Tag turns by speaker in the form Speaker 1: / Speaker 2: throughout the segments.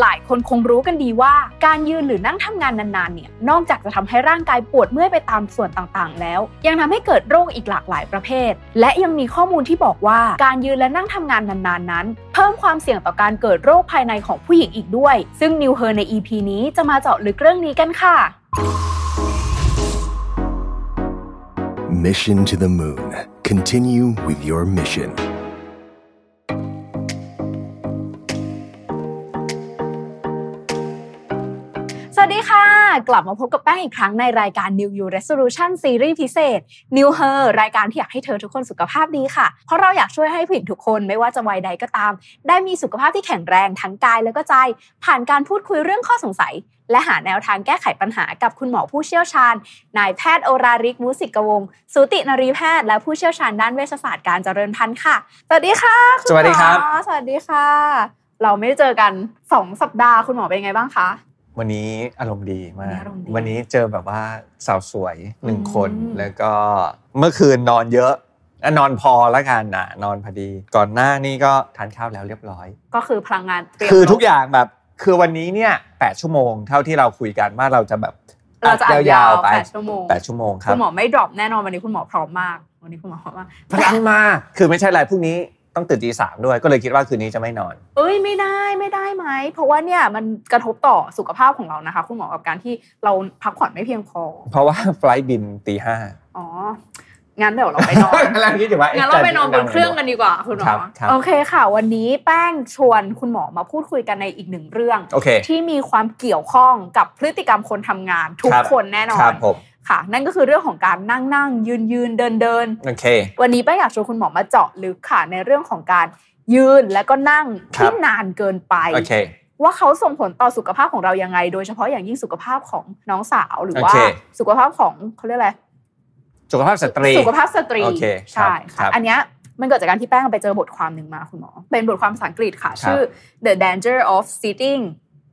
Speaker 1: หลายคนคงรู้กันดีว่า การยืนหรือนั่งทำงานนานๆเนี่ยนอกจากจะทำให้ร่างกายปวดเมื่อยไปตามส่วนต่างๆ แล้ว ยังทำให้เกิดโรคอีกหลากหลายประเภท และยังมีข้อมูลที่บอกว่าการยืนและนั่งทำงานนานๆนั้น เพิ่มความเสี่ยงต่อการเกิดโรคภายในของผู้หญิงอีกด้วย ซึ่งนิวเฮอร์ใน EP นี้จะมาเจาะลึกเรื่องนี้กันค่ะ
Speaker 2: Mission to the moon. Continue with your mission.
Speaker 1: สวัสดีค่ะ กลับมาพบกับแป้งอีกครั้งในรายการ New You Resolution ซีรีส์พิเศษ New Her รายการที่อยากให้เธอทุกคนสุขภาพดีค่ะ เพราะเราอยากช่วยให้ผู้หญิงทุกคนไม่ว่าจะวัยใดก็ตาม ได้มีสุขภาพที่แข็งแรงทั้งกายและก็ใจ ผ่านการพูดคุยเรื่องข้อสงสัย และหาแนวทางแก้ไขปัญหากับคุณหมอผู้เชี่ยวชาญ นายแพทย์โอราริกมุสิกวงศ์สูตินรีแพทย์และผู้เชี่ยวชาญด้านเวชศาสตร์การเจริญพันธุ์ค่ะ สวัสดีค่ะณหมอ
Speaker 3: สวัสดีครับ
Speaker 1: สวัสดีค่ะ เราไม่ได้เจอกันสองสัปดาห์คุณหมอเป็นไงบ้างคะ
Speaker 3: วันนี้อารมณ์ดีมา
Speaker 1: วัน
Speaker 3: ก
Speaker 1: นี้อารมณ์ดี
Speaker 3: วันนี้เจอแบบว่าสาวสวยหนึ่งคน
Speaker 1: อืม
Speaker 3: แล้วก็เมื่อคืนนอนเยอะอ่ะนอนพอละกันนะนอนพอดี ก่อนหน้านี่ก็ทานข้าวแล้วเรียบร้อย
Speaker 1: ก็คือพลังงานเตรียม
Speaker 3: คือ
Speaker 1: รบ
Speaker 3: ทุกอย่างแบบ คือวันนี้เนี่ยแปดชั่วโมงเท่าที่เราคุยกันว่าเราจะแบบ
Speaker 1: เราจะอัดยาว
Speaker 3: ๆไป
Speaker 1: แปดชั่วโมง
Speaker 3: แปดชั่วโมงครั
Speaker 1: คุ
Speaker 3: บ
Speaker 1: ณหมอไม่ดรอปแน่นอนวันนี้คุณหมอพร้อมมากวันนี้คุณหมอพร้อมมาก
Speaker 3: พลังมา คือไม่ใช่ไรพรุ่งนี้ต้องตื่นตีสามด้วย ก็เลยคิดว่าคืนนี้จะไม่นอน
Speaker 1: เอ้ยไม่ได้ไม่ได้ไหมเพราะว่าเนี่ยมันกระทบต่อสุขภาพของเรานะคะ คุณหมอกับการที่เราพักผ่อนไม่เพียงพอ
Speaker 3: เพราะว่า ไฟลท์บินตีห้า
Speaker 1: อ๋องั้นเดี๋ยวเราไปนอน
Speaker 3: กำลังคิดอยู่ว่าะ
Speaker 1: งั้นเราไปนอนบ
Speaker 3: จะ
Speaker 1: น
Speaker 3: ยั
Speaker 1: เครื่องกันดีกว่าคุณหม
Speaker 3: ครั
Speaker 1: อบ
Speaker 3: ครับ
Speaker 1: โอเคค่ะ วันนี้แป้งชวนคุณหมอมาพูดคุยกันในอีกหนึ่งเรื่อง
Speaker 3: โอเค
Speaker 1: ที่มีความเกี่ยวข้องกับพฤติกรรมคนทำงานทุก
Speaker 3: ครับ
Speaker 1: คนแน่นอ
Speaker 3: ครั
Speaker 1: น
Speaker 3: บผม
Speaker 1: ค่ะ นั่นก็คือเรื่องของการนั่งนั่งยืนยืนเดินเดิน
Speaker 3: โอเค
Speaker 1: วันนี้แป้งอยากชวนคุณหมอมาเจาะลึกค่ะในเรื่องของการยืนและก็นั่ง
Speaker 3: ครับ
Speaker 1: ที่นานเกินไป
Speaker 3: โอเค
Speaker 1: ว่าเขาส่งผลต่อสุขภาพของเรายังไง โดยเฉพาะอย่างยิ่งสุขภาพของน้องสาวหรือว่า
Speaker 3: โอเค
Speaker 1: สุขภาพของเขาเรียกอะไร
Speaker 3: สุขภาพสตรี
Speaker 1: สุขภาพสตรี
Speaker 3: โอเค
Speaker 1: ใช่
Speaker 3: ครั
Speaker 1: ค่ะ
Speaker 3: บ
Speaker 1: อันเนี้ยมันเกิดจากการที่แป้งไปเจอบทความหนึ่งมาคุณหมอ เป็นบทความภาษาอังกฤษค่ะ
Speaker 3: ครับ
Speaker 1: ชื่อ The Danger of Sitting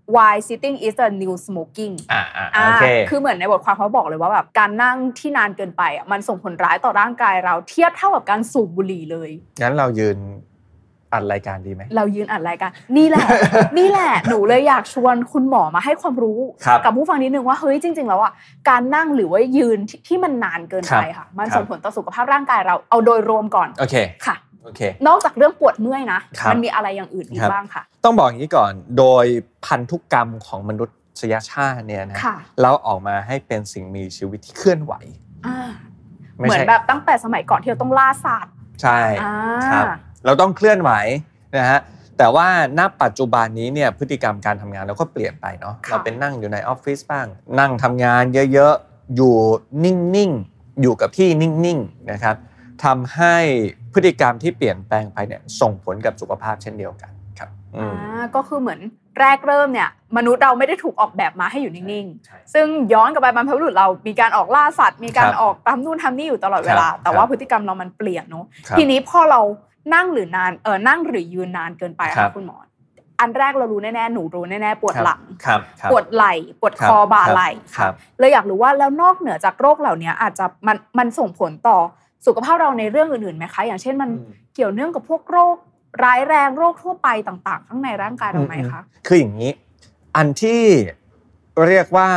Speaker 1: Why Sitting is the New Smoking
Speaker 3: อ่าอ่า
Speaker 1: อ่า
Speaker 3: โอเค
Speaker 1: คือเหมือนในบทความเขาบอกเลยว่าแบบการนั่งที่นานเกินไปอ่ะมันส่งผลร้ายต่อร่างกายเราเทียบเท่ากับการสูบบุหรี่เลย
Speaker 3: งั้นเรายืนอัดรายการดีไหม
Speaker 1: เรายืนอัดรายการนี่แหละ นี่แหละ หนูเลยอยากชวนคุณหมอมาให้ความรู้
Speaker 3: ครับ
Speaker 1: กับผู้ฟังนิดนึงว่าเฮ้ยจริง ๆ แล้วอ่ะการนั่งหรือว่ายืนที่ที่มันนานเกินไปค่ะ มัน
Speaker 3: ครับ
Speaker 1: ส่งผลต่อสุขภาพร่างกายเราเอาโดยรวมก่อน
Speaker 3: โอเค
Speaker 1: ค่ะ
Speaker 3: โอเค
Speaker 1: นอกจากเรื่องปวดเมื่อยนะครับ มันมีอะไรอย่างอื่นอีก
Speaker 3: ครับ
Speaker 1: บ้างค่ะ
Speaker 3: ต้องบอกอย่างนี้ก่อน โดยพันธุกรรมของมนุษยชาติเนี่ยนะ
Speaker 1: ค่ะ
Speaker 3: เราออกมาให้เป็นสิ่งมีชีวิตที่เคลื่อนไหว
Speaker 1: อ่า
Speaker 3: ไม่
Speaker 1: เหมือน
Speaker 3: ใช่
Speaker 1: แบบตั้งแต่สมัยก่อนที่เราต้องล่าสัตว์
Speaker 3: ใช่
Speaker 1: อ่า
Speaker 3: ครับ เราต้องเคลื่อนไหวนะฮะ แต่ว่าณปัจจุบันนี้เนี่ยพฤติกรรมการทำงานเราก็เปลี่ยนไปเนาะ
Speaker 1: ค่ะ
Speaker 3: เราเป็นนั่งอยู่ในออฟฟิศบ้าง นั่งทำงานเยอะๆ อยู่นิ่งๆ อยู่กับที่นิ่งๆ นะครับทำให้พฤติกรรมที่เปลี่ยนแปลงไปเนี่ยส่งผลกับสุขภาพเช่นเดียวกันครับอืม
Speaker 1: อ่าก็คือเหมือนแรกเริ่มเนี่ย มนุษย์เราไม่ได้ถูกออกแบบมาให้อยู่นิ่ง
Speaker 3: ใช่
Speaker 1: ๆ ซึ่งย้อนกลับไปบรรพบุรุษเรามีการออกล่าสัตว์ มีการ
Speaker 3: ครับ
Speaker 1: ออกตามนู่นทำนี่อยู่ตลอดเวลา
Speaker 3: ครับ
Speaker 1: แต่ว่า
Speaker 3: ครับ
Speaker 1: พฤติกรรมเรามันเปลี่ยนเนอะ
Speaker 3: ครับ
Speaker 1: ทีนี้พอเรานั่งหรือนานเออนั่งหรือยืนนานเกินไปอะ
Speaker 3: ครั
Speaker 1: ค่ะ
Speaker 3: บ
Speaker 1: คุณหมอ อันแรกเรารู้แน่ๆหนูรู้แน่ๆปวดหลัง
Speaker 3: ครับครับ
Speaker 1: ปวดไหล่ปวดคอบ่าไหล่
Speaker 3: ค
Speaker 1: ค่ะ
Speaker 3: รับ
Speaker 1: เลยอยากรู้ว่าแล้วนอกเหนือจากโรคเหล่านี้อาจจะมันมันส่งผลต่อสุขภาพเราในเรื่องอื่นๆไหมคะอย่างเช่นมัน เกี่ยวเนื่องกับพวกโรคร้ายแรงโรคทั่วไปต่างๆ ข้างในร่างกายเราไหมคะ
Speaker 3: คืออย่างนี้ อันที่เรียกว่า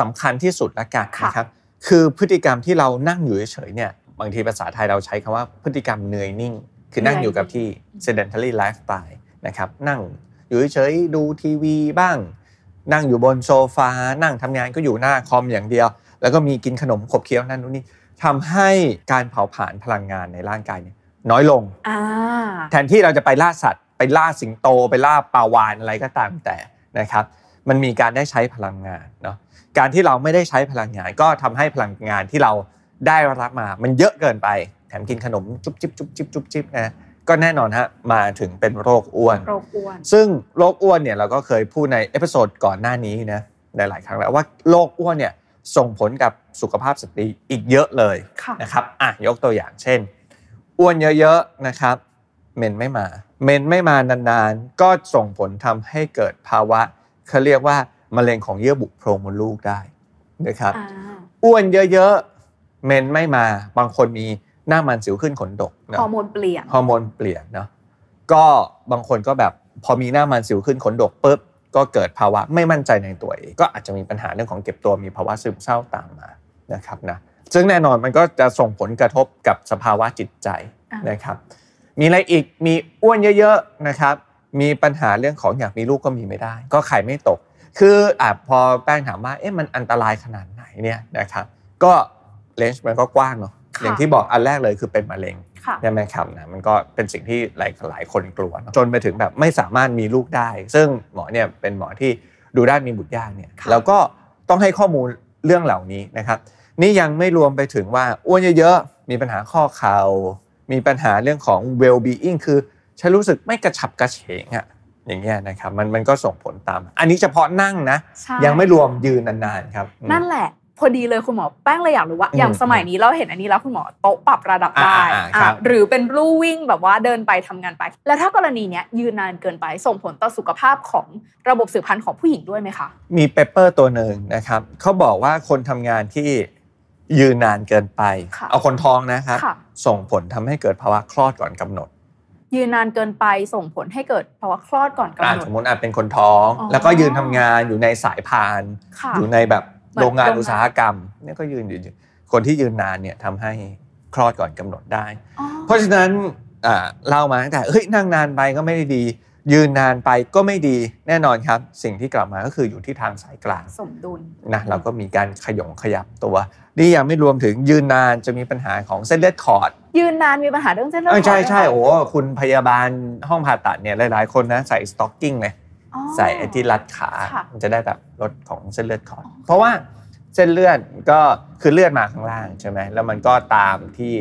Speaker 3: สำคัญที่สุดละกัน
Speaker 1: ค่ะ
Speaker 3: นะครับ คือพฤติกรรมที่เรานั่งอยู่เฉยๆเนี่ย บางทีภาษาไทยเราใช้คำว่าพฤติกรรมเหนื่อยนิ่ง คือนั่งอยู่กับที่ sedentary lifestyle นะครับ นั่งอยู่เฉยๆดูทีวีบ้าง นั่งอยู่บนโซฟา นั่งทำงานก็อยู่หน้าคอมอย่างเดียว แล้วก็มีกินขนมขบเคี้ยวนั่นนู่นนี่ทำให้การเผาผลาญพลังงานในร่างกายเนี่ยน้อยลง
Speaker 1: ่า
Speaker 3: แทนที่เราจะไปล่าสัตว์ ไปล่าสิงโต ไปล่าปลาวานอะไรก็ตามแต่นะครับ มันมีการได้ใช้พลังงานเนาะการที่เราไม่ได้ใช้พลังงาน ก็ทำให้พลังงานที่เราได้รับมา มันเยอะเกินไป แถมกินขนมจุ๊บจิ๊บจุ๊บจิ๊บจุ๊บจิ๊บนะก็แน่นอนฮะมาถึงเป็นโรคอ้วน
Speaker 1: โรคอ้วน
Speaker 3: ซึ่งโรคอ้วนเนี่ยเราก็เคยพูดในเอพิโซดก่อนหน้านี้นะในหลายครั้งแล้วว่าโรคอ้วนเนี่ยส่งผลกับสุขภาพสตรีอีกเยอะเลย
Speaker 1: ค่ะ
Speaker 3: นะครับ อ่ะ ยกตัวอย่างเช่น อ้วนเยอะๆ นะครับ เมนไม่มา เมนไม่มานานๆ ก็ส่งผลทำให้เกิดภาวะเขาเรียกว่ามะเร็งของเยื่อบุโพรงมดลูกได้นะครับ
Speaker 1: อ่า
Speaker 3: อ้วนเยอะๆ เมนไม่มา บางคนมีหน้ามันสิวขึ้นขนดกนะ
Speaker 1: ฮอร์โมนเปลี่ยน
Speaker 3: ฮอร์โมนเปลี่ยนเนาะ ก็บางคนก็แบบพอมีหน้ามันสิวขึ้นขนดกปุ๊บ ก็เกิดภาวะไม่มั่นใจในตัวเองก็อาจจะมีปัญหาเรื่องของเก็บตัวมีภาวะซึมเศร้าตามมานะครับนะซึ่งแน่นอนมันก็จะส่งผลกระทบกับสภาวะจิตใจ
Speaker 1: อ่าน
Speaker 3: นะครับ มีอะไรอีกมีอ้วนเยอะๆนะครับมีปัญหาเรื่องของอยากมีลูกก็มีไม่ได้ ก็ไข่ไม่ตก คืออ่ะพอแป้งถามว่าเอ๊ะมันอันตรายขนาดไหนเนี่ยนะครับก็เลนส์มันก็กว้างเนาะ
Speaker 1: ค่ะ
Speaker 3: อย่างที่บอกอันแรกเลยคือเป็นมะเร็ง
Speaker 1: ค่ะ
Speaker 3: ใช่ไหมครับนะมันก็เป็นสิ่งที่หลายหลายคนกลัวเนอะจนไปถึงแบบไม่สามารถมีลูกได้ ซึ่งหมอเนี่ยเป็นหมอที่ดูด้านมีบุตรยากเนี่ย
Speaker 1: ค่ะ
Speaker 3: แล้วก็ต้องให้ข้อมูลเรื่องเหล่านี้นะครับ นี่ยังไม่รวมไปถึงว่าอ้วนเยอะๆ มีปัญหาข้อเข่ามีปัญหาเรื่องของ well being คือฉันรู้สึกไม่กระฉับกระเฉงอะอย่างเงี้ยนะครับมันมันก็ส่งผลตาม อันนี้เฉพาะนั่งนะ
Speaker 1: ใช่
Speaker 3: ยังไม่รวมยืนนานๆครับอืม
Speaker 1: นั่นแหละ พอดีเลยคุณหมอแป้งเลยอยากรู้ว่า
Speaker 3: อืม
Speaker 1: อย่างสมัยนี้เราเห็นอันนี้แล้วคุณหมอโต๊ะปรับระดับได้
Speaker 3: อ่าอ่า
Speaker 1: อ่ะ
Speaker 3: ครับ
Speaker 1: หรือเป็นลู่วิ่งแบบว่าเดินไปทำงานไป แล้วถ้ากรณีเนี้ยยืนนานเกินไปส่งผลต่อสุขภาพของระบบสืบพันธุ์ของผู้หญิงด้วยไหมคะ
Speaker 3: มีเปเปอร์ตัวหนึ่งนะครับเขาบอกว่าคนทำงานที่ยืนนานเกินไป
Speaker 1: ค่ะ
Speaker 3: เอาคนท้องนะครับ
Speaker 1: ค่ะ
Speaker 3: ส่งผลทำให้เกิดภาวะคลอดก่อนกำหนด
Speaker 1: ยืนนานเกินไปส่งผลให้เกิดภาวะคลอดก่อนกำ
Speaker 3: อ่า
Speaker 1: หนด
Speaker 3: สมมติอาจเป็นคนท้อง
Speaker 1: อ๋อ
Speaker 3: แล้วก็ยืนทำงานอยู่ในสายพาน
Speaker 1: ค่ะ
Speaker 3: อยู่ในแบบ
Speaker 1: เหมือน
Speaker 3: โรงงาน
Speaker 1: โรงงาน
Speaker 3: อุตสาหกรรมเนี่ยก็ยืนอยู่คนที่ยืนนานเนี่ยทำให้คลอดก่อนกำหนดได้
Speaker 1: อ๋อ
Speaker 3: เพราะฉะนั้นอ่าเล่ามาตั้งแต่เฮ้ยนั่งนานไปก็ไม่ได้ดี ยืนนานไปก็ไม่ดีแน่นอนครับ สิ่งที่กลับมาก็คืออยู่ที่ทางสายกลาง
Speaker 1: สมดุล
Speaker 3: นะเราก็มีการขยงขยับตัว นี่ยังไม่รวมถึงยืนนานจะมีปัญหาของเส้นเลือดขอด
Speaker 1: ยืนนานมีปัญหาเรื่องเส้นเลือด
Speaker 3: เออใช่
Speaker 1: ขดด้วย
Speaker 3: ใช่
Speaker 1: เหร
Speaker 3: โอ้โหคุณพยาบาลห้องผ่าตัดเนี่ยหลาย ๆ คนนะใส่สต็อกกิ้งเลย
Speaker 1: อ๋อ
Speaker 3: ใส่ไอ้ที่รัดขา
Speaker 1: ค่ะ
Speaker 3: มันจะได้แบบลดของเส้นเลือดขอด เพราะว่าเส้นเลือดก็คือเลือดมาข้างล่างใช่ไหมแล้วมันก็ตามที่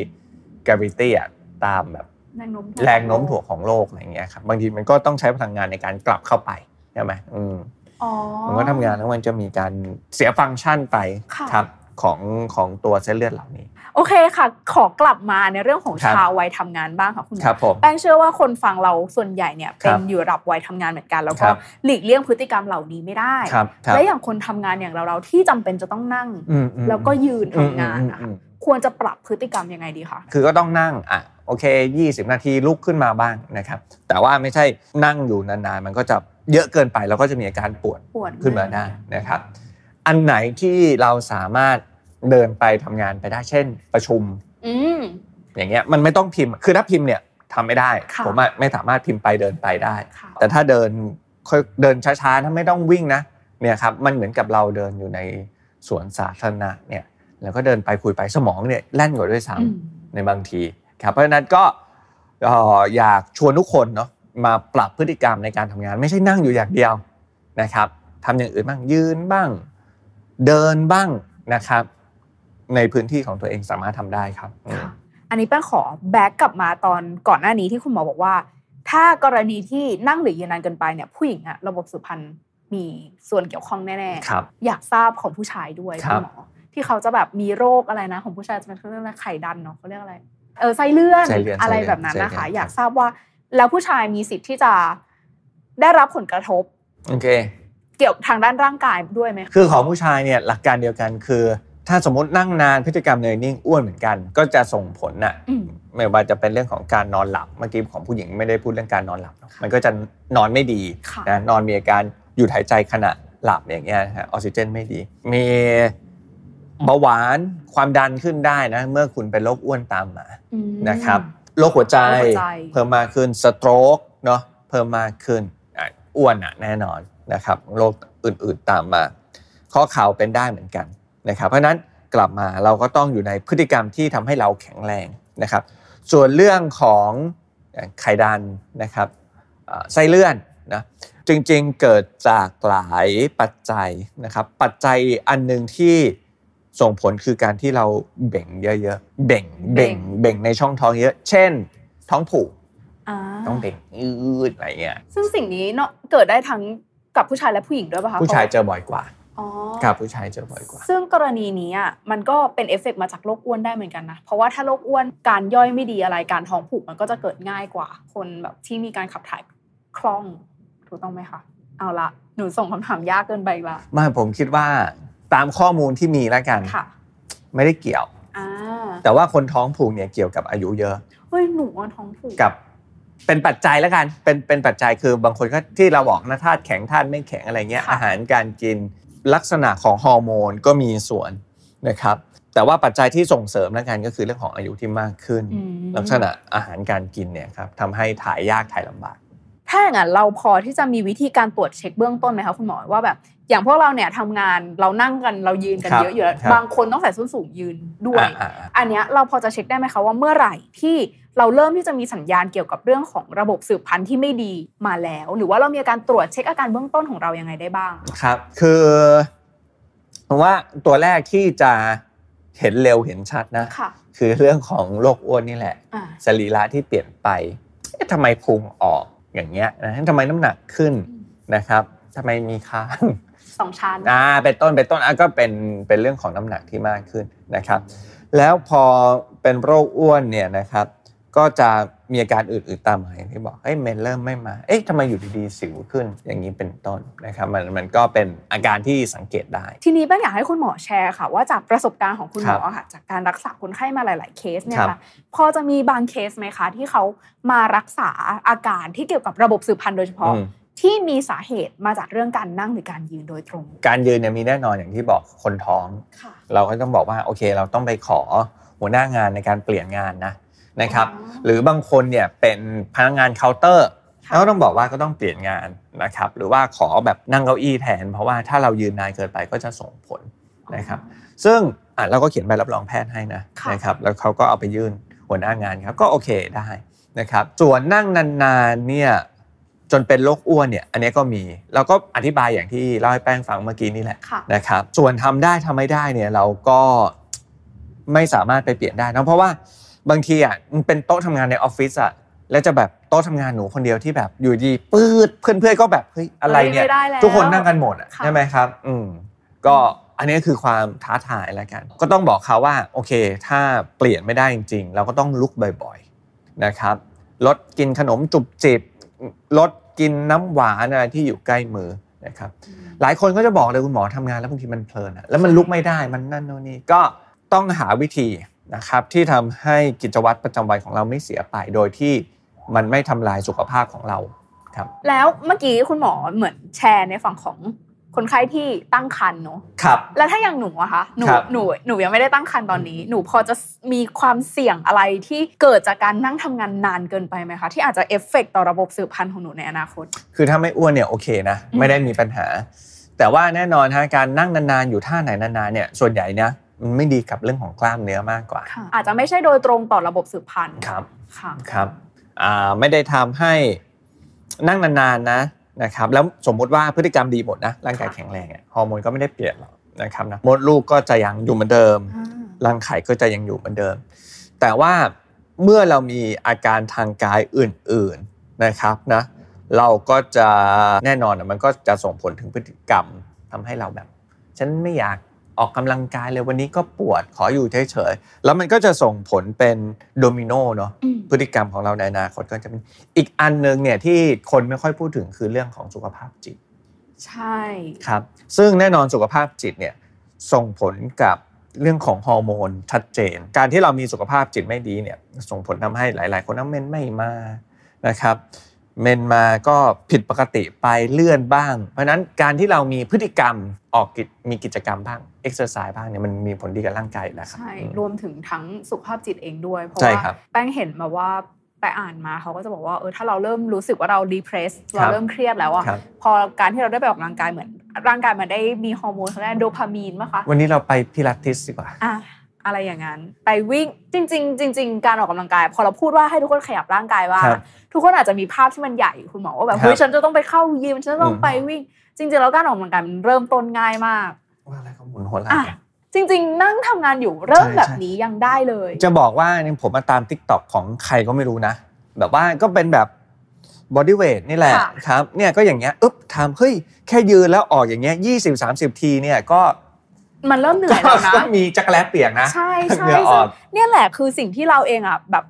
Speaker 3: gravity อะตามแบบ
Speaker 1: แรงโน้มถ่วง
Speaker 3: แรงโน้มถ่วงของโลกอะไรอย่างเงี้ยครับบางทีมันก็ต้องใช้พลังงานในการกลับเข้าไปใช่ไหมอืม
Speaker 1: อ๋อ
Speaker 3: มันก็ทำงานแล้วมันจะมีการเสียฟังก์ชันไป
Speaker 1: ค่ะ
Speaker 3: ครับของของตัวเส้นเลือดเหล่านี้
Speaker 1: โอเคค่ะ ขอกลับมาในเรื่องของ
Speaker 3: ครับ
Speaker 1: ชาววัยทำงานบ้างค่ะคุณหมอ
Speaker 3: ครับผม
Speaker 1: แป้งเชื่อว่าคนฟังเราส่วนใหญ่เนี่ย
Speaker 3: ครั
Speaker 1: เป็น
Speaker 3: บ
Speaker 1: อยู่ระดับวัยทำงานเหมือนกันแล้ว
Speaker 3: ค
Speaker 1: ก็
Speaker 3: รับ
Speaker 1: หลีกเลี่ยงพฤติกรรมเหล่านี้ไม่ได้
Speaker 3: ครับครับ
Speaker 1: และอย่างคนทำงานอย่างเราเราๆที่จำเป็นจะต้องนั่ง
Speaker 3: อืมอืม
Speaker 1: แล้วก็ยืนทำงาน
Speaker 3: อืม
Speaker 1: นะคะ
Speaker 3: อืมอืม
Speaker 1: ควรจะปรับพฤติกรรมยังไงดีคะ
Speaker 3: คือก็ต้องนั่งอ่ะโอเค 20 นาทีลุกขึ้นมาบ้างนะครับ แต่ว่าไม่ใช่นั่งอยู่นานๆ มันก็จะเยอะเกินไปเราก็จะมีอาการปวด
Speaker 1: ปวด
Speaker 3: ขึ้นมาได้นะครับ อันไหนที่เราสามารถเดินไปทำงานไปได้เช่น ประชุม
Speaker 1: อืม
Speaker 3: อย่างเงี้ยมันไม่ต้องพิมพ์ คือถ้าพิมพ์เนี่ยทำไม่ได้
Speaker 1: ค่ะ
Speaker 3: ผมอะไม่สามารถพิมพ์ไปเดินไปได้
Speaker 1: ค่ะ
Speaker 3: แต่ถ้าเดินค่อยเดินช้าๆ ถ้าไม่ต้องวิ่งนะเนี่ยครับมันเหมือนกับเราเดินอยู่ในสวนสาธารณะเนี่ยแล้วก็เดินไปคุยไปสมองเนี่ยแล่นกว่าด้วยซ้
Speaker 1: อืม
Speaker 3: ำในบางทีครับเพราะฉะนั้นก็เอ่ออยากชวนทุกคนเนาะมาปรับพฤติกรรมในการทำงาน ไม่ใช่นั่งอยู่อย่างเดียวนะครับทำอย่างอื่นบ้างยืนบ้าง เดินบ้างนะครับ ในพื้นที่ของตัวเองสามารถทำได้ครับอืม
Speaker 1: ค่ะอันนี้แป้งขอแบ็กกลับมาตอนก่อนหน้านี้ที่คุณหมอบอกว่า ถ้ากรณีที่นั่งหรือยืนนานเกินไปเนี่ยผู้หญิงอะระบบสืบพันธุ์มีส่วนเกี่ยวข้องแน่
Speaker 3: ครับ
Speaker 1: ๆอยากทราบของผู้ชายด้วย
Speaker 3: ครั
Speaker 1: คุณ
Speaker 3: บ
Speaker 1: หมอที่เขาจะแบบมีโรคอะไรนะ ของผู้ชายจะเป็นเรื่องอะไรไข่ดันเนาะเขาเรียกอะไรเออไส้เลื่อน
Speaker 3: ใช่เลื่อน
Speaker 1: อะไร
Speaker 3: ใช่เลื่
Speaker 1: แบบนั้นนะคะ
Speaker 3: ใช่เลื่
Speaker 1: อยากทราบว่าแล้วผู้ชายมีสิทธิ์ที่จะได้รับผลกระทบ
Speaker 3: โอเค
Speaker 1: เกี่ยวทางด้านร่างกายด้วยไหมคะ
Speaker 3: คือของผู้ชายเนี่ยหลักการเดียวกันคือ ถ้าสมมตินั่งนานพฤติกรรมเนยนิ่งอ้วนเหมือนกัน ก็จะส่งผลน่ะ
Speaker 1: อืม
Speaker 3: ไม่ว่าจะเป็นเรื่องของการนอนหลับเมื่อกี้ของผู้หญิงไม่ได้พูดเรื่องการนอนหลับเนอะมันก็จะนอนไม่ดี
Speaker 1: ค่ะ
Speaker 3: นะนอนมีอาการหยุดหายใจขณะหลับอย่างเงี้ยนะฮะออกซิเจนไม่ดี มีเบาหวานความดันขึ้นได้นะเมื่อคุณเป็นโรคอ้วนตามมา
Speaker 1: อืม
Speaker 3: นะครับโรคหัวใจ
Speaker 1: โรคหัวใจ
Speaker 3: เพิ่มมากขึ้นสโตรกเนาะเพิ่มมากขึ้นอ่ะอ้วนอ่ะแน่นอนนะครับโรคอื่นๆตามมา ข้อเข่าเป็นได้เหมือนกันนะครับ เพราะฉะนั้นกลับมาเราก็ต้องอยู่ในพฤติกรรมที่ทำให้เราแข็งแรงนะครับ ส่วนเรื่องของเอ่อไขดันนะครับเอ่อไส้เลื่อนนะจริงๆเกิดจากหลายปัจจัยนะครับ ปัจจัยอันหนึ่งที่ส่งผลคือการที่เราเบ่งเยอะๆเบ่งเบ่งเบ่งในช่องท้องเยอะ เช่น ท้องผูก
Speaker 1: อ่า
Speaker 3: ต้องเบ่งอืดอะไรเงี้ย
Speaker 1: ซึ่งสิ่งนี้เนาะเกิดได้ทั้งกับผู้ชายและผู้หญิงด้วยป่ะคะ
Speaker 3: ผู้ชายเจอบ่อยกว่า
Speaker 1: อ๋อ
Speaker 3: ครับผู้ชายเจอบ่อยกว่า
Speaker 1: ซึ่งกรณีนี้อ่ะมันก็เป็นเอฟเฟกต์มาจากโรคอ้วนได้เหมือนกันนะ เพราะว่าถ้าโรคอ้วนการย่อยไม่ดีอะไรการท้องผูกมันก็จะเกิดง่ายกว่า คนแบบที่มีการขับถ่ายคล่อง ถูกต้องไหมคะ เอาละหนูส่งคำถามยากเกินไปอีกละ
Speaker 3: ไมาผมคิดว่าตามข้อมูลที่มีแล้วกัน
Speaker 1: ค่ะ
Speaker 3: ไม่ได้เกี่ยว
Speaker 1: อ่า
Speaker 3: แต่ว่าคนท้องผูกเนี่ยเกี่ยวกับอายุเยอะ
Speaker 1: เฮ้ยหนูอ่ะท้องผูก
Speaker 3: กับ เป็นปัจจัยแล้วกันเป็นเป็นปัจจัยคือบางคนก็ที่เราบอกนะธาตุแข็งธาตุไม่แข็งอะไรเงี้ย
Speaker 1: ค่ะ
Speaker 3: อาหารการกินลักษณะของฮอร์โมนก็มีส่วนนะครับ แต่ว่าปัจจัยที่ส่งเสริมแล้วกันก็คือเรื่องของอายุที่มากขึ้น
Speaker 1: อืม
Speaker 3: ลักษณะอาหารการกินเนี่ยครับทำให้ถ่ายยากถ่ายลำบาก
Speaker 1: ถ้าอย่างนั้นเราพอที่จะมีวิธีการตรวจเช็คเบื้องต้นไหมคะคุณหมอว่าแบบ อย่างพวกเราเนี่ยทำงานเรานั่งกันเรายืนกัน
Speaker 3: ครับ
Speaker 1: เยอะอยู่แล้ว
Speaker 3: ครับ
Speaker 1: บางคนต้องใส่ส้นสูงยืนด้วย
Speaker 3: อ่าอ่าอ่า
Speaker 1: อันเนี้ยเราพอจะเช็คได้ไหมคะว่าเมื่อไหร่ที่เราเริ่มที่จะมีสัญญาณเกี่ยวกับเรื่องของระบบสืบพันธุ์ที่ไม่ดีมาแล้ว หรือว่าเรามีการตรวจเช็คอาการเบื้องต้นของเรายังไงได้บ้าง
Speaker 3: ครับคือผมว่าตัวแรกที่จะเห็นเร็วเห็นชัดนะ
Speaker 1: ค่ะ
Speaker 3: คือเรื่องของโรคอ้วนนี่แหละ
Speaker 1: อ่า
Speaker 3: สรีระที่เปลี่ยนไปเอ๊ะทำไมพุงออกอย่างเงี้ยนะทำไมน้ำหนักขึ้นนะครับทำไมมีค้าง
Speaker 1: สองชั้น
Speaker 3: อ่าเป็นต้นเป็นต้นอ่ะก็เป็นเป็นเรื่องของน้ำหนักที่มากขึ้นนะครับ แล้วพอเป็นโรคอ้วนเนี่ยนะครับ ก็จะมีอาการอื่นๆตามมาอย่างที่บอกเอ้ยเมนเริ่มไม่มา เอ๊ะทำไมอยู่ดีๆสิวขึ้นอย่างนี้เป็นต้นนะครับ มันมันก็เป็นอาการที่สังเกตได้
Speaker 1: ทีนี้แป้งอยากให้คุณหมอแชร์ค่ะ ว่าจากประสบการณ์ของคุณหมอ
Speaker 3: ครับ
Speaker 1: ค่ะ จากการรักษาคนไข้มาหลาย ๆ เคสเนี่ย
Speaker 3: ครั
Speaker 1: ค่ะ
Speaker 3: บ
Speaker 1: พอจะมีบางเคสไหมคะ ที่เขามารักษาอาการที่เกี่ยวกับระบบสืบพันธุ์โดยเฉพาะ
Speaker 3: อืม
Speaker 1: ที่มีสาเหตุมาจากเรื่องการนั่งหรือการยืนโดยตรง
Speaker 3: การยืนเนี่ยมีแน่นอนอย่างที่บอกคนท้อง
Speaker 1: ค่ะ
Speaker 3: เราก็ต้องบอกว่าโอเคเราต้องไปขอหัวหน้างานในการเปลี่ยนงานนะนะครับ หรือบางคนเนี่ยเป็นพนักงานเคาน์เตอร์
Speaker 1: ค่ะ
Speaker 3: แล้วก็ต้องบอกว่าก็ต้องเปลี่ยนงานนะครับ หรือว่าขอแบบนั่งเก้าอี้แทน เพราะว่าถ้าเรายืนนานเกินไปก็จะส่งผลนะครับ ซึ่งอ่ะเราก็เขียนใบรับรองแพทย์ให้นะ
Speaker 1: ค่ะ
Speaker 3: นะครับแล้วเขาก็เอาไปยื่นหัวหน้างานครับก็โอเคได้นะครับ ส่วนนั่งนานๆเนี่ยจนเป็นโรคอ้วนเนี่ยอันนี้ก็มีเราก็อธิบายอย่างที่เล่าให้แป้งฟังเมื่อกี้นี่แหละ
Speaker 1: ค่ะ
Speaker 3: นะครับส่วนทำได้ทำไม่ได้เนี่ยเราก็ไม่สามารถไปเปลี่ยนได้นะเพราะว่าบางทีอ่ะมันเป็นโต๊ะทำงานในออฟฟิศอ่ะแล้วจะแบบโต๊ะทำงานหนูคนเดียวที่แบบอยู่ดีปืดเพื่อนๆก็แบบเฮ้ยอะไรเนี่ย
Speaker 1: ไม่ได้แล้ว
Speaker 3: ทุกคนนั่งกันหมดอ่ะ
Speaker 1: ค่ะ
Speaker 3: ใช่ไหมครับอืมก็อันนี้คือความท้าทายแล้วกัน ก็ต้องบอกเขาว่าโอเค ถ้าเปลี่ยนไม่ได้จริง ๆ เราก็ต้องลุกบ่อยๆนะครับลดกินขนมจุบจิบลดกินน้ำหวานอะไรที่อยู่ใกล้มือนะครับ หลายคนก็จะบอกเลยคุณหมอทำงานแล้วบางทีมันเพลินอะแล้วมันลุกไม่ได้มันนั่นโน่นนี่ก็ต้องหาวิธีนะครับที่ทำให้กิจวัตรประจำวันของเราไม่เสียไป โดยที่มันไม่ทำลายสุขภาพของเรา
Speaker 1: แล้วเมื่อกี้คุณหมอเหมือนแชร์ในฝั่งของคนไข้ที่ตั้งครรภ์เนาะ
Speaker 3: ครับ
Speaker 1: แล้วถ้าอย่างหนูอะคะหนู
Speaker 3: ครับ
Speaker 1: หนูหนูยังไม่ได้ตั้งครรภ์ตอนนี้ หนูพอจะมีความเสี่ยงอะไรที่เกิดจากการนั่งทำงานนานเกินไปไหมคะ ที่อาจจะเอฟเฟกต์ต่อระบบสืบพันธุ์ของหนูในอนาคต
Speaker 3: คือถ้าไม่อ้วนเนี่ยโอเคนะ
Speaker 1: อืม
Speaker 3: ไม่ได้มีปัญหา แต่ว่าแน่นอนฮะการนั่งนานๆอยู่ท่าไหนนานๆเนี่ยส่วนใหญ่นะมันไม่ดีกับเรื่องของกล้ามเนื้อมากกว่า
Speaker 1: อาจจะไม่ใช่โดยตรงต่อระบบสืบพันธุ์
Speaker 3: ครับ
Speaker 1: ค่ะ
Speaker 3: ครับอ่าไม่ได้ทำให้นั่งนานๆนะนะครับแล้วสมมุติว่าพฤติกรรมดีหมดนะร่างกายแข็งแรงอะฮอร์โมนก็ไม่ได้เปลี่ยนหรอกนะครับนะมดลูกก็จะยังอยู่เหมือนเดิม
Speaker 1: อ่า
Speaker 3: รังไข่ก็จะยังอยู่เหมือนเดิม แต่ว่าเมื่อเรามีอาการทางกายอื่นๆนะครับนะเราก็จะแน่นอนอะมันก็จะส่งผลถึงพฤติกรรมทำให้เราแบบ ฉันไม่อยากออกกำลังกายเลยวันนี้ก็ปวดขออยู่เฉยๆแล้วมันก็จะส่งผลเป็นโดมิโนเนาะ
Speaker 1: อืม
Speaker 3: พฤติกรรมของเราในอนาคตก็จะเป็นอีกอันหนึงเนี่ยที่คนไม่ค่อยพูดถึงคือเรื่องของสุขภาพจิต
Speaker 1: ใช่
Speaker 3: ครับซึ่งแน่นอนสุขภาพจิตเนี่ยส่งผลกับเรื่องของฮอร์โมนชัดเจน การที่เรามีสุขภาพจิตไม่ดีเนี่ยส่งผลทำให้หลาย ๆ คนน้ำเมนไม่มานะครับเมนมาก็ผิดปกติไปเลื่อนบ้าง เพราะฉะนั้นการที่เรามีพฤติกรรมออกกิจมีกิจกรรมบ้างเอ็กซ์เซอร์ไซส์บ้างเนี่ยมันมีผลดีกับร่างกายอยู่แล้วครับ
Speaker 1: ใช่
Speaker 3: อืม
Speaker 1: รวมถึงทั้งสุขภาพจิตเองด้วย เพราะ
Speaker 3: ใช่
Speaker 1: ว่า
Speaker 3: ครับ
Speaker 1: แป้งเห็นมาว่าไปอ่านมาเขาก็จะบอกว่าเออถ้าเราเริ่มรู้สึกว่าเราดีเพรสเรา
Speaker 3: ครับ
Speaker 1: เริ่มเครียดแล้วอะ
Speaker 3: ครับ
Speaker 1: พอการที่เราได้ไปออกกำลังกายเหมือน ร่างกายมันได้มีฮอร์โมนเขาเรียกโดพามีนมั้ยคะ
Speaker 3: วันนี้เราไปพิลาทิสดีกว่า
Speaker 1: อ่ะอะไรอย่างนั้น ไปวิ่งจริง ๆ จริง ๆ การออกกำลังกาย พอเราพูดว่าให้ทุกคนขยับร่างกายว่าง
Speaker 3: ครับ
Speaker 1: ทุกคนอาจจะมีภาพที่มันใหญ่คุณหมอว่าแบบ
Speaker 3: ครับ
Speaker 1: เฮ้ยฉันจะต้องไปเข้ายิมฉันจะต้อง
Speaker 3: อืม
Speaker 1: ไปวิ่ง จริง ๆ แล้วการออกกำลังกายมันเริ่มต้นง่ายมาก
Speaker 3: ว่าอะไรก็หมุนหัวไหล่
Speaker 1: อ่ะ จริง ๆ นั่งทำงานอยู่เริ่ม
Speaker 3: ใช่
Speaker 1: แบบนี้ยังได้เลย
Speaker 3: จะบอกว่าเนี่ยผมมาตาม t ิ k t o k ของใครก็ไม่รู้นะ แบบว่าก็เป็นแบบบอดี้เวทนี่แหละครับเนี่ยก็อย่างเงี้ยอึ๊บทำเฮ้ย แค่ยืนแล้วออกอย่างเงี้ยยี่สิบสามสิบทีเนี่ยก็
Speaker 1: มันเริ่มเหนื่อยแล้วนะ
Speaker 3: ก็มีจักรแล้เปียกนะ
Speaker 1: ใช่ใช่
Speaker 3: เหงื่ออ
Speaker 1: ซึ่
Speaker 3: อง ก
Speaker 1: เนี่ยแหละคือสิ่งที่เราเองอ่ะแบบ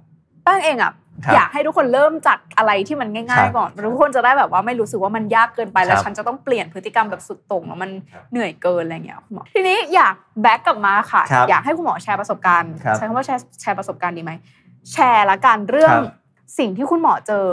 Speaker 1: แป้งเองอ่ะ
Speaker 3: ครับ
Speaker 1: อยากให้ทุกคนเริ่มจากอะไรที่มัน
Speaker 3: ครั
Speaker 1: ง่าย
Speaker 3: บ
Speaker 1: ๆก่อนทุกคนจะได้แบบว่าไม่รู้สึกว่ามันยากเกินไปแล้ว
Speaker 3: ครับ
Speaker 1: ฉันจะต้องเปลี่ยนพฤติกรรมแบบสุดโต่งแล้วมัน
Speaker 3: ครับ
Speaker 1: เหนื่อยเกินอะไรเงี้ยคุณหมอทีนี้อยากแบ็กกลับมาค่ะ
Speaker 3: ครับ
Speaker 1: อยากให้คุณหมอแชร์ประสบการณ์
Speaker 3: ครับ
Speaker 1: ใช้คำว่าแชร์แชร์ประสบการณ์ดีไหมแชร์ละกันเรื่อง
Speaker 3: ครับ
Speaker 1: สิ่งที่คุณหมอเจอ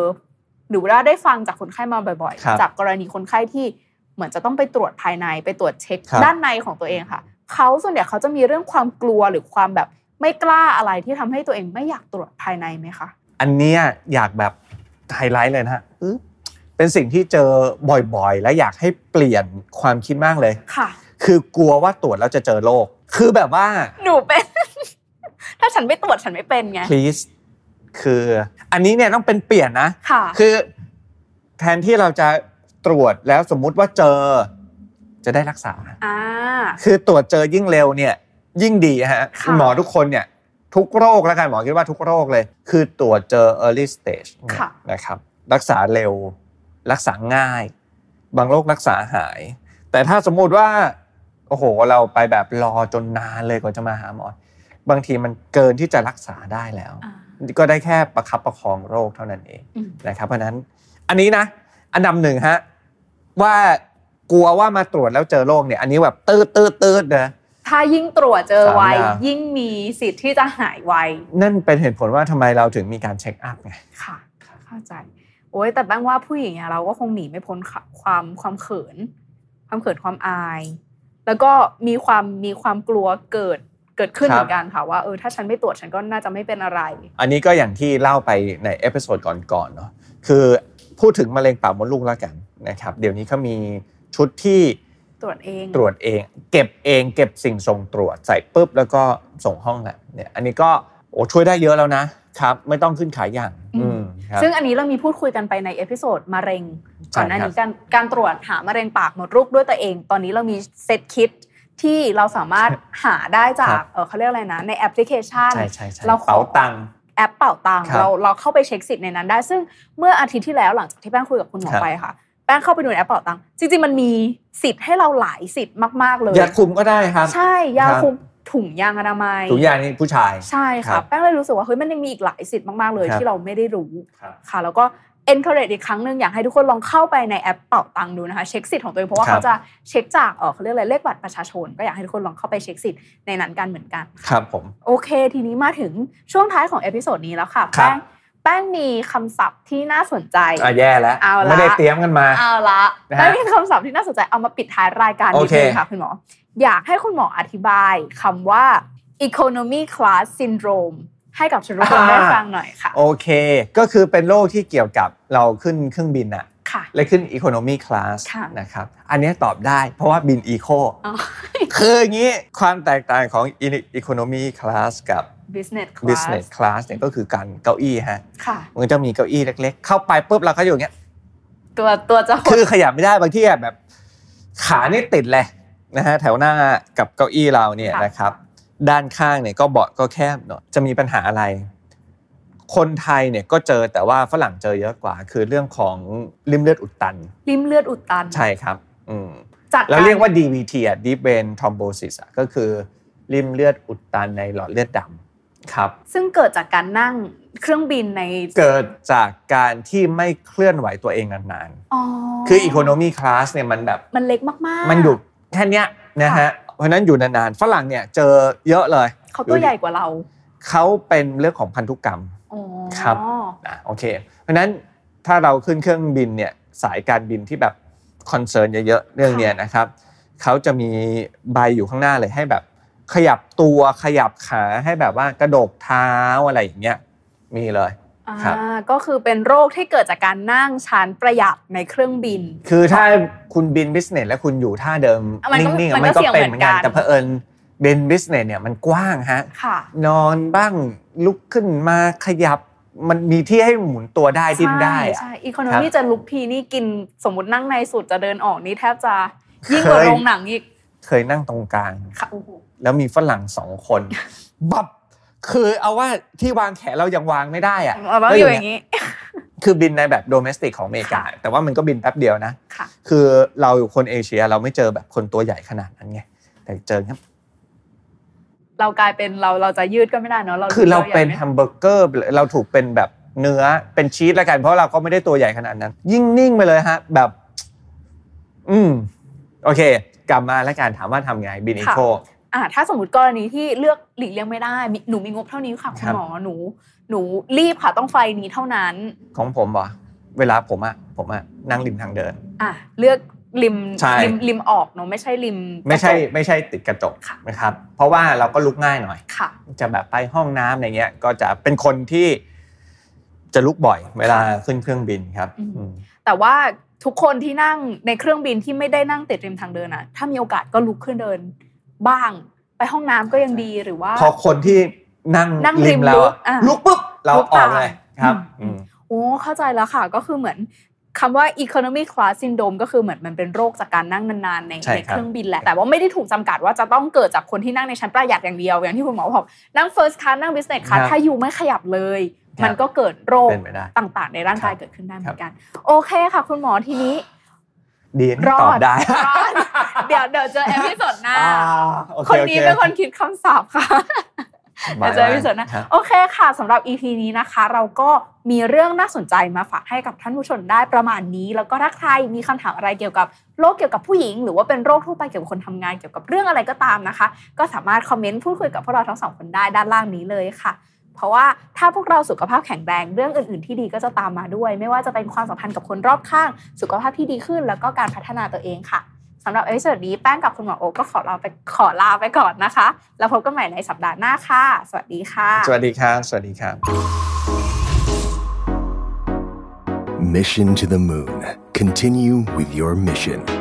Speaker 1: หรือว่าได้ฟังจากคนไข้มาบ่อย
Speaker 3: ครับ
Speaker 1: ๆ จากกรณีคนไข้ที่เหมือนจะต้องไปตรวจภายในไปตรวจเช็ค
Speaker 3: ครับ
Speaker 1: ด้านในของตัวเองค่ะเขาส่วนใหญ่เขาจะมีเรื่องความกลัวหรือความแบบไม่กล้าอะไรที่ทำให้ตัวเองไม่อยากตรวจภายในไหมคะ
Speaker 3: อันเนี้ยอยากแบบไฮไลท์เลยนะฮะอื้อเป็นสิ่งที่เจอบ่อยๆ และอยากให้เปลี่ยนความคิดมากเลย
Speaker 1: ค่ะ
Speaker 3: คือกลัวว่าตรวจแล้วจะเจอโรคคือแบบว่า
Speaker 1: หนูเป็น ถ้าฉันไม่ตรวจฉันไม่เป็นไง
Speaker 3: please คืออันนี้เนี่ยต้องเป็นเปลี่ยนนะ
Speaker 1: ค่ะ
Speaker 3: คือแทนที่เราจะตรวจแล้วสมมุติว่าเจอจะได้รักษา
Speaker 1: อ่า
Speaker 3: คือตรวจเจอยิ่งเร็วเนี่ยยิ่งดีฮะ
Speaker 1: ค่ะ
Speaker 3: หมอทุกคนเนี่ยทุกโรคแล้วกันหมอคิดว่าทุกโรคเลย คือตรวจเจอ early stage เนี่ย
Speaker 1: ค่ะ
Speaker 3: นะครับ รักษาเร็ว รักษาง่าย บางโรครักษาหาย แต่ถ้าสมมุติว่า โอ้โห เราไปแบบรอจนนานเลยกว่าจะมาหาหมอ บางทีมันเกินที่จะรักษาได้แล้ว
Speaker 1: อ่า
Speaker 3: ก็ได้แค่ประคับประคองโรคเท่านั้นเอง
Speaker 1: อืม
Speaker 3: นะครับเพราะฉะนั้นอันนี้นะอันดับหนึ่งฮะว่ากลัวว่ามาตรวจแล้วเจอโรคเนี่ยอันนี้แบบตืดตืดตืดนะ
Speaker 1: ถ้ายิ่งตรวจเจอไว
Speaker 3: สามอย่าง
Speaker 1: ยิ่งมีสิทธิ์ที่จะหายไว
Speaker 3: นั่นเป็นเหตุผลว่าทำไมเราถึงมีการเช็คอัพไง
Speaker 1: ค่ะ เข้าใจ โอ้ยแต่แป้งว่าผู้หญิงอะเราก็คงหนีไม่พ้นค่ะความความเขิน ความเขินความอาย แล้วก็มีความมีความกลัวเกิดเกิดขึ้น
Speaker 3: ครับ
Speaker 1: เหมือนกันค่ะว่าเออถ้าฉันไม่ตรวจฉันก็น่าจะไม่เป็นอะไร
Speaker 3: อันนี้ก็อย่างที่เล่าไปในเอพิโซดก่อนๆเนาะคือพูดถึงมะเร็งปากมดลูกแล้วกันนะครับเดี๋ยวนี้เขามีชุดที่
Speaker 1: ตรวจเอง
Speaker 3: ตรวจเอง เก็บเองเก็บสิ่งส่งตรวจใส่ปุ๊บแล้วก็ส่งห้องแหละเนี่ยอันนี้ก็โอ้ช่วยได้เยอะแล้วนะครับ ไม่ต้องขึ้นขายอย่างอืมครับ
Speaker 1: ซึ่งอันนี้เรามีพูดคุยกันไปในเอพิโซดมะเร็ง
Speaker 3: ใช่
Speaker 1: ก่อนหน้า
Speaker 3: ครับ
Speaker 1: นี้การการตรวจหามะเร็งปากมดลูกด้วยตัวเอง ตอนนี้เรามีเซตคิดที่เราสามารถหาได้จากเออเขาเรียกอะไรนะในแอปพลิเคชัน
Speaker 3: ใช่ใช่ใช่
Speaker 1: เราขอ
Speaker 3: เป๋าตังค์
Speaker 1: แอปเป่าตัง
Speaker 3: ครับ
Speaker 1: เราเราเข้าไปเช็คสิทธิ์ในนั้นได้ ซึ่งเมื่ออาทิตย์ที่แล้วหลังจากที่แป้งคุยกับคุณหมอ
Speaker 3: ครับ
Speaker 1: ไปค่ะ แป้งเข้าไปดูในแอปเป่าตังจริงๆมันมีสิทธิ์ให้เราหลายสิทธิ์มากๆเลย
Speaker 3: ยาคุมก็ได้ครับ
Speaker 1: ใช่ยา
Speaker 3: ครับ
Speaker 1: คุมถุงยางอนามัย
Speaker 3: ถุงยางนี่ผู้ชาย
Speaker 1: ใช่
Speaker 3: ครั
Speaker 1: ค่ะ
Speaker 3: บ
Speaker 1: แป้งเลยรู้สึกว่าเฮ้ยมันยังมีอีกหลายสิทธิ์มากๆเลย
Speaker 3: ครับ
Speaker 1: ที่เราไม่ได้รู้ค่ะ แล้วก็ encourage อีกครั้งหนึ่งอยากให้ทุกคนลองเข้าไปในแอปเป่าตังดูนะคะเช็คสิทธิ์ของตัวเองเพราะว่าเขาจะเช็คจากเออเขาเรียกอะไรเลขบัตรประชาชน ก็อยากให้ทุกคนลองเข้าไปเช็คสิทธิ์ในนั้นกันเหมือนกัน
Speaker 3: ครับผม
Speaker 1: โอเค ทีนี้มาถึงช่วงท้ายของเอพิโซดนี้แล้วค่ะ
Speaker 3: ครับ
Speaker 1: แป้งแป้งมีคำศัพท์ที่น่าสนใจ
Speaker 3: อ่ะแย่แล้ว
Speaker 1: เอาละ
Speaker 3: ไม่ได้เตรียมกันมา
Speaker 1: เอาละ
Speaker 3: นะฮะ
Speaker 1: แป้งมีคำศัพท์ที่น่าสนใจเอามาปิดท้ายรายการนิดนึง
Speaker 3: โอเค
Speaker 1: ค่ะคุณหมอ อยากให้คุณหมออธิบายคำว่า economy class syndrome ให้กับทุกคนได้ฟังหน่อยค่ะ
Speaker 3: โอเค ก็คือเป็นโรคที่เกี่ยวกับเราขึ้นเครื่องบินอะ
Speaker 1: ค่ะ
Speaker 3: และขึ้น Economy Class
Speaker 1: ค่ะ
Speaker 3: นะครับ อันเนี้ยตอบได้เพราะว่าบิน Eco
Speaker 1: อ๋อ
Speaker 3: คืออย่างนี้ความแตกต่างของ Economy Class กับ
Speaker 1: business class
Speaker 3: Business Class เนี่ยก็คือการเก้าอี้ฮะ
Speaker 1: ค่ะ
Speaker 3: มันจะมีเก้าอี้เล็ก ๆ เข้าไปปุ๊บเราก็อยู่อย่างเงี้ย
Speaker 1: ตัวตัวจะหด
Speaker 3: คือขยับไม่ได้บางที่แบบ ขานี่ติดเลยนะฮะแถวหน้ากับเก้าอี้เราเนี่ยนะครับ ด้านข้างเนี่ยก็เบาะก็แคบหน่อยจะมีปัญหาอะไร คนไทยเนี่ยก็เจอแต่ว่าฝรั่งเจอเยอะกว่า คือเรื่องของริมเลือดอุดตัน
Speaker 1: ริมเลือดอุดตัน
Speaker 3: ใช่ครับ อืม
Speaker 1: จาก
Speaker 3: แล้วเรียกว่า DVT อ่ะ Deep Vein Thrombosis อ่ะก็คือริมเลือดอุดตันในหลอดเลือดดำครับ
Speaker 1: ซึ่งเกิดจากการนั่งเครื่องบินใน
Speaker 3: เกิดจากการที่ไม่เคลื่อนไหวตัวเองนาน
Speaker 1: อ๋อ
Speaker 3: ๆ คือ Economy Class เนี่ยมันแบบ
Speaker 1: มันเล็กมากๆ
Speaker 3: มันอยู่แค่เนี้ยนะฮะ เพราะฉะนั้นอยู่นานๆ ฝรั่งเนี่ยเจอเยอะเลย
Speaker 1: เขาตัวใหญ่กว่าเรา
Speaker 3: เขาเป็นเรื่องของพันธุกรรม
Speaker 1: อ๋อ
Speaker 3: ครับ นะโอเค เพราะฉะนั้นถ้าเราขึ้นเครื่องบินเนี่ยสายการบินที่แบบคอนเซิร์นเยอะๆเรื่องเนี้ยนะครับเขาจะมีใบอยู่ข้างหน้าเลยให้แบบ ขยับตัวขยับขาให้แบบว่ากระดกเท้าอะไรอย่างเงี้ยมีเลย
Speaker 1: อ่า
Speaker 3: ครับ
Speaker 1: ก็คือเป็นโรคที่เกิดจากการนั่งชานประหยัดในเครื่องบิน
Speaker 3: คือถ้าคุณบินบิสเนสและคุณอยู่ท่าเดิม
Speaker 1: มันก็
Speaker 3: นิ่งๆอะ
Speaker 1: มันก็เสี่ยง
Speaker 3: เป็น
Speaker 1: เห
Speaker 3: เห
Speaker 1: มื
Speaker 3: มื
Speaker 1: อ
Speaker 3: อ
Speaker 1: กั
Speaker 3: น นกัน นแต่เผอิญบินบิสเนสเนี่ยมันกว้างฮะ
Speaker 1: ค่ะ
Speaker 3: นอนบ้างลุกขึ้นมาขยับมันมีที่ให้หมุนตัวได้ดิ้นได้อะ
Speaker 1: ใช่อีโคโน
Speaker 3: ครับ
Speaker 1: มี่จะลุกทีนี่กินสมมตินั่งในสุดจะเดินออกนี่แทบจะยิ่งกว่า
Speaker 3: เคย
Speaker 1: โรงหนังอีก
Speaker 3: เคยนั่งตรงกลาง
Speaker 1: ค่ะโอ้โห
Speaker 3: แล้วมีฝรั่งสองคน บับคือเอาว่าที่วางแขนเรายังวางไม่ได้อะ
Speaker 1: เอาแล้วอยู่อย่างนี้
Speaker 3: คือบินในแบบโดเมสติกของอเมริกา แต่ว่ามันก็บินแป๊บเดียวนะ
Speaker 1: ค่ะ
Speaker 3: คือเราอยู่คนเอเชียเราไม่เจอแบบคนตัวใหญ่ขนาดนั้นไงแต่เจอครับ
Speaker 1: เรากลายเป็นเราเราจะยืดก็ไม่ได้เนาะเรา
Speaker 3: คือเราเป็น
Speaker 1: ใหญ่
Speaker 3: แฮมเบอร์เกอร์เราถูกเป็นแบบเนื้อเป็นชีสละกันเพราะเราก็ไม่ได้ตัวใหญ่ขนาดนั้น ยิ่งนิ่งไปเลยฮะแบบ อืม โอเค กลับมาแล้วการถามว่าทำไงบินอีโค
Speaker 1: อ่าถ้าสมมติกรณีที่เลือกหลีกเลี่ยงไม่ได้มีหนูมีงบเท่านี้ค่ะคุ
Speaker 3: ค
Speaker 1: ณ
Speaker 3: รับ
Speaker 1: หมอหนูหนูรีบค่ะต้องไฟนี้เท่านั้น
Speaker 3: ของผมเหรอเวลาผมอะผมอะนั่งริมทางเดิน
Speaker 1: อ่ะเลือกริม
Speaker 3: ใช่
Speaker 1: ริมริมออกเนาะไม่ใช่ริม
Speaker 3: ไม่ใช่
Speaker 1: กระจก
Speaker 3: ไม่ใช่ติดกระจก
Speaker 1: ค่ะ
Speaker 3: นะครับ เพราะว่าเราก็ลุกง่ายหน่อย
Speaker 1: ค่ะ
Speaker 3: จะแบบไปห้องน้ำอะไรเงี้ย ก็จะเป็นคนที่จะลุกบ่อย เวลาขึ้นเครื่องบินครับ
Speaker 1: อืม
Speaker 3: อืม
Speaker 1: แต่ว่าทุกคนที่นั่งในเครื่องบินที่ไม่ได้นั่งติดริมทางเดินอ่ะ ถ้ามีโอกาสก็ลุกขึ้นเดินบ้าง ไปห้องน้ำก็ยังดีหรือว่า
Speaker 3: พอคนที่นั่ง
Speaker 1: นั่งริม
Speaker 3: ริมเราอะ
Speaker 1: อ่ะ
Speaker 3: ลุกปุ๊บเรา
Speaker 1: ลุก
Speaker 3: อ
Speaker 1: ตา
Speaker 3: อ
Speaker 1: ม
Speaker 3: กเลยครับ
Speaker 1: อื
Speaker 3: อื
Speaker 1: ม
Speaker 3: ม
Speaker 1: โอ้เข้าใจแล้วค่ะ ก็คือเหมือนคำว่า economy class syndrome ก็คือเหมือนมันเป็นโรคจากการนั่งนานๆใน
Speaker 3: ใช่
Speaker 1: ใน
Speaker 3: ค
Speaker 1: เค
Speaker 3: รับ
Speaker 1: รื่องบินแหละ แต่ว่าไม่ได้ถูกจำกัดว่าจะต้องเกิดจากคนที่นั่งในชั้นประหยัดอย่างเดียว อย่างที่คุณหมอบอกนั่ง first class นั่ง business class ถ้าอยู่ไม่ขยับเลย มันก็เกิดโรค
Speaker 3: เป็นไปได้
Speaker 1: ต่างๆ ในร่างกาย
Speaker 3: ครับ
Speaker 1: เกิดขึ้นได้เหมือนกัน โอเคค่ะ คุณหมอทีนี้
Speaker 3: ดีนะตอบได้
Speaker 1: รอดเดี๋ยวเดี๋ยวเจอเอพิโซดหน้า
Speaker 3: อ่าโอ
Speaker 1: คน
Speaker 3: โอ
Speaker 1: นี้เป็นคนคิดคำศัพท์ค่ะ
Speaker 3: บาย
Speaker 1: เดี๋ยวเจอพี่สนนะ
Speaker 3: ครับ
Speaker 1: โอเคค่ะสำหรับ EP นี้นะคะ เราก็มีเรื่องน่าสนใจมาฝากให้กับท่านผู้ชมได้ประมาณนี้ แล้วก็ถ้าใครมีคำถามอะไรเกี่ยวกับโรคเกี่ยวกับผู้หญิง หรือว่าเป็นโรคทั่วไปเกี่ยวกับคนทำงานเกี่ยวกับเรื่องอะไรก็ตามนะคะ ก็สามารถคอมเมนต์พูดคุยกับพวกเราทั้งสองคนได้ด้านล่างนี้เลยค่ะ เพราะว่าถ้าพวกเราสุขภาพแข็งแรงเรื่องอื่น ๆ ที่ดีก็จะตามมาด้วย ไม่ว่าจะเป็นความสัมพันธ์กับคนรอบข้าง สุขภาพที่ดีขึ้น แล้วก็การพัฒนาตัวเองค่ะสำหรับเอพิโซดนี้แป้งกับคุณหมอโอ๊คก็ขอลาไปขอลาไปก่อนนะคะ แล้วพบกันใหม่ในสัปดาห์หน้าค่ะ สวัสดีค่ะ
Speaker 3: สวัสดีครับ สวัสดีครับ
Speaker 2: Mission to the Moon. Continue with your mission.